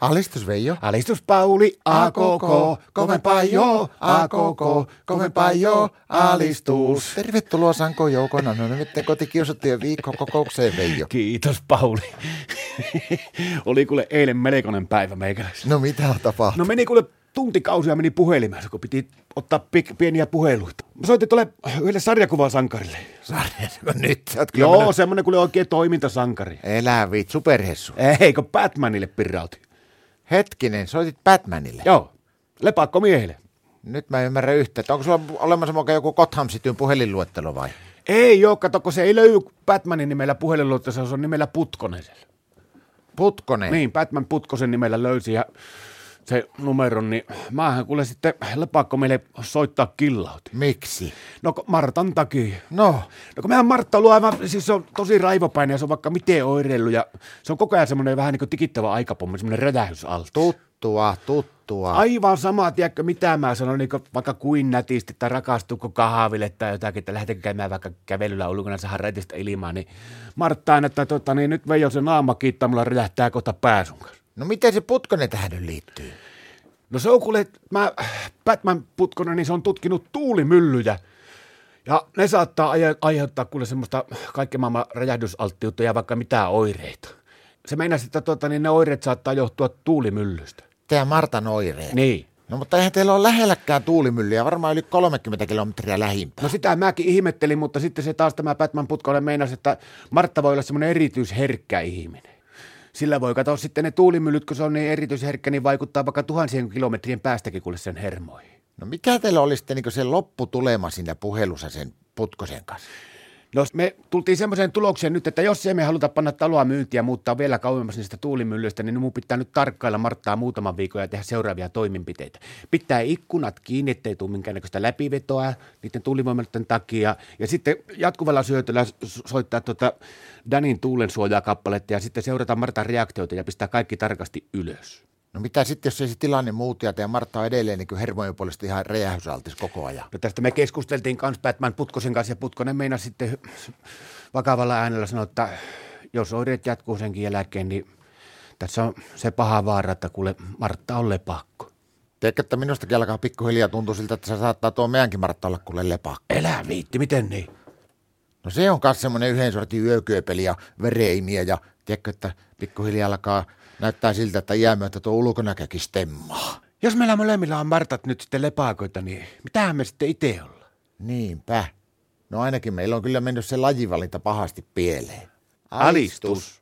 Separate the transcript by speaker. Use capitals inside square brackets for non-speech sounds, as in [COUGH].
Speaker 1: Alistus Veijo.
Speaker 2: Alistus Pauli, AKK, kovempaa jo, AKK, kovempaa jo, alistus.
Speaker 1: Tervetuloa Sanko Joukona, no nyt kotikiusattujen viikkokokoukseen Veijo.
Speaker 2: Kiitos Pauli. [LAUGHS] Oli kuule eilen melkoinen päivä meikäläisellä.
Speaker 1: No mitä on tapahtunut?
Speaker 2: No meni kuule tuntikausia meni puhelimessa, kun piti ottaa pik- pieniä puheluita. Mä soitin tuolle yhdelle sarjakuvasankarille.
Speaker 1: No, nyt sä oot kyllä
Speaker 2: Joo,
Speaker 1: mennyt-
Speaker 2: semmonen kuule oikein toimintasankari.
Speaker 1: Elä viit, superhessu.
Speaker 2: Eikö Batmanille pirrauti?
Speaker 1: Hetkinen, soitit Batmanille.
Speaker 2: Joo, lepakko miehelle.
Speaker 1: Nyt mä en ymmärrä yhtä, että onko sulla olemassa mukaan joku Gotham Cityn puhelinluettelo vai?
Speaker 2: Ei joo, kato, kun se ei löydy Batmanin nimellä puhelinluottossa, se on nimellä Putkonen. siellä.
Speaker 1: Putkonen.
Speaker 2: Niin, Batman Putkosen nimellä löysi ja se numeron, niin maahan kuule sitten lepakko meille soittaa killauti.
Speaker 1: Miksi?
Speaker 2: No kun Martan takia.
Speaker 1: No,
Speaker 2: No kun mehän Martta on ollut aivan, siis se on tosi raivopäinen ja se on vaikka miten oireillut ja se on koko ajan semmoinen vähän niin kuin tikittävä aikapommi, semmoinen räjähysalti.
Speaker 1: tuttua, tuttua.
Speaker 2: Aivan sama, tiedätkö, mitä mä sanon, niin vaikka kuin nätisti, tai rakastuuko kahville tai jotakin, että lähtekö käymään vaikka kävelyllä ulkona, saada raitista ilmaa, niin Martta aina, että tota, niin nyt Veijo se naama kiittää, mulla räjähtää kohta pääsun kanssa.
Speaker 1: No miten se Putkonen tähän nyt liittyy?
Speaker 2: No se on kuule, mä Batman Putkonen, niin se on tutkinut tuulimyllyjä. Ja ne saattaa aie- aiheuttaa kuule semmoista kaiken maailman räjähdysalttiutta ja vaikka mitään oireita. Se meinasi, että tota, niin ne oireet saattaa johtua tuulimyllystä.
Speaker 1: Tämä Martan oireet.
Speaker 2: Niin.
Speaker 1: No mutta eihän teillä ole lähelläkään tuulimyllyä, varmaan yli 30 kilometriä lähimpää.
Speaker 2: No sitä mäkin ihmettelin, mutta sitten se taas tämä Batman putkolle meinasi, että Martta voi olla semmoinen erityisherkkä ihminen. Sillä voi katsoa sitten ne tuulimyllyt, kun se on niin erityisherkkä, niin vaikuttaa vaikka tuhansien kilometrien päästäkin kuule sen hermoihin.
Speaker 1: No mikä teillä oli sitten niin se lopputulema siinä puhelussa sen Putkosen kanssa?
Speaker 2: No me tultiin semmoiseen tulokseen nyt, että jos ei me haluta panna taloa myyntiä ja muuttaa vielä kauemmas niistä tuulimyllyistä, niin mun pitää nyt tarkkailla Marttaa muutaman viikon ja tehdä seuraavia toimenpiteitä. Pitää ikkunat kiinni, ettei tule minkäännäköistä läpivetoa niiden tuulivoimaloiden takia. Ja sitten jatkuvalla syötöllä so- soittaa tuota Danin tuulensuojaa kappaletta ja sitten seurata Martan reaktioita ja pistää kaikki tarkasti ylös.
Speaker 1: No mitä sitten, jos ei se tilanne muutu ja teidän Martta on edelleen niin hermojen puolesta ihan räjähysaltis koko ajan?
Speaker 2: No tästä me keskusteltiin kans Batman Putkosen kanssa ja Putkonen meinasi sitten vakavalla äänellä sanoa, että jos oireet jatkuu senkin jälkeen, niin tässä on se paha vaara, että kuule Martta on lepakko.
Speaker 1: Tiedätkö, että minustakin alkaa pikkuhiljaa tuntua siltä, että se saattaa tuo meidänkin Martta olla kuule lepakko.
Speaker 2: Elä viitti, miten niin?
Speaker 1: No se on myös semmoinen yhden sortin yökyöpeli ja vereimiä ja tiedätkö, että pikkuhiljaa alkaa näyttää siltä, että jäämyötä tuo ulkonäkökin stemmaa.
Speaker 2: Jos meillä molemmilla on Martat nyt sitten lepakoita, niin mitähän me sitten itse ollaan?
Speaker 1: Niinpä. No ainakin meillä on kyllä mennyt se lajivalinta pahasti pieleen.
Speaker 2: Alistus.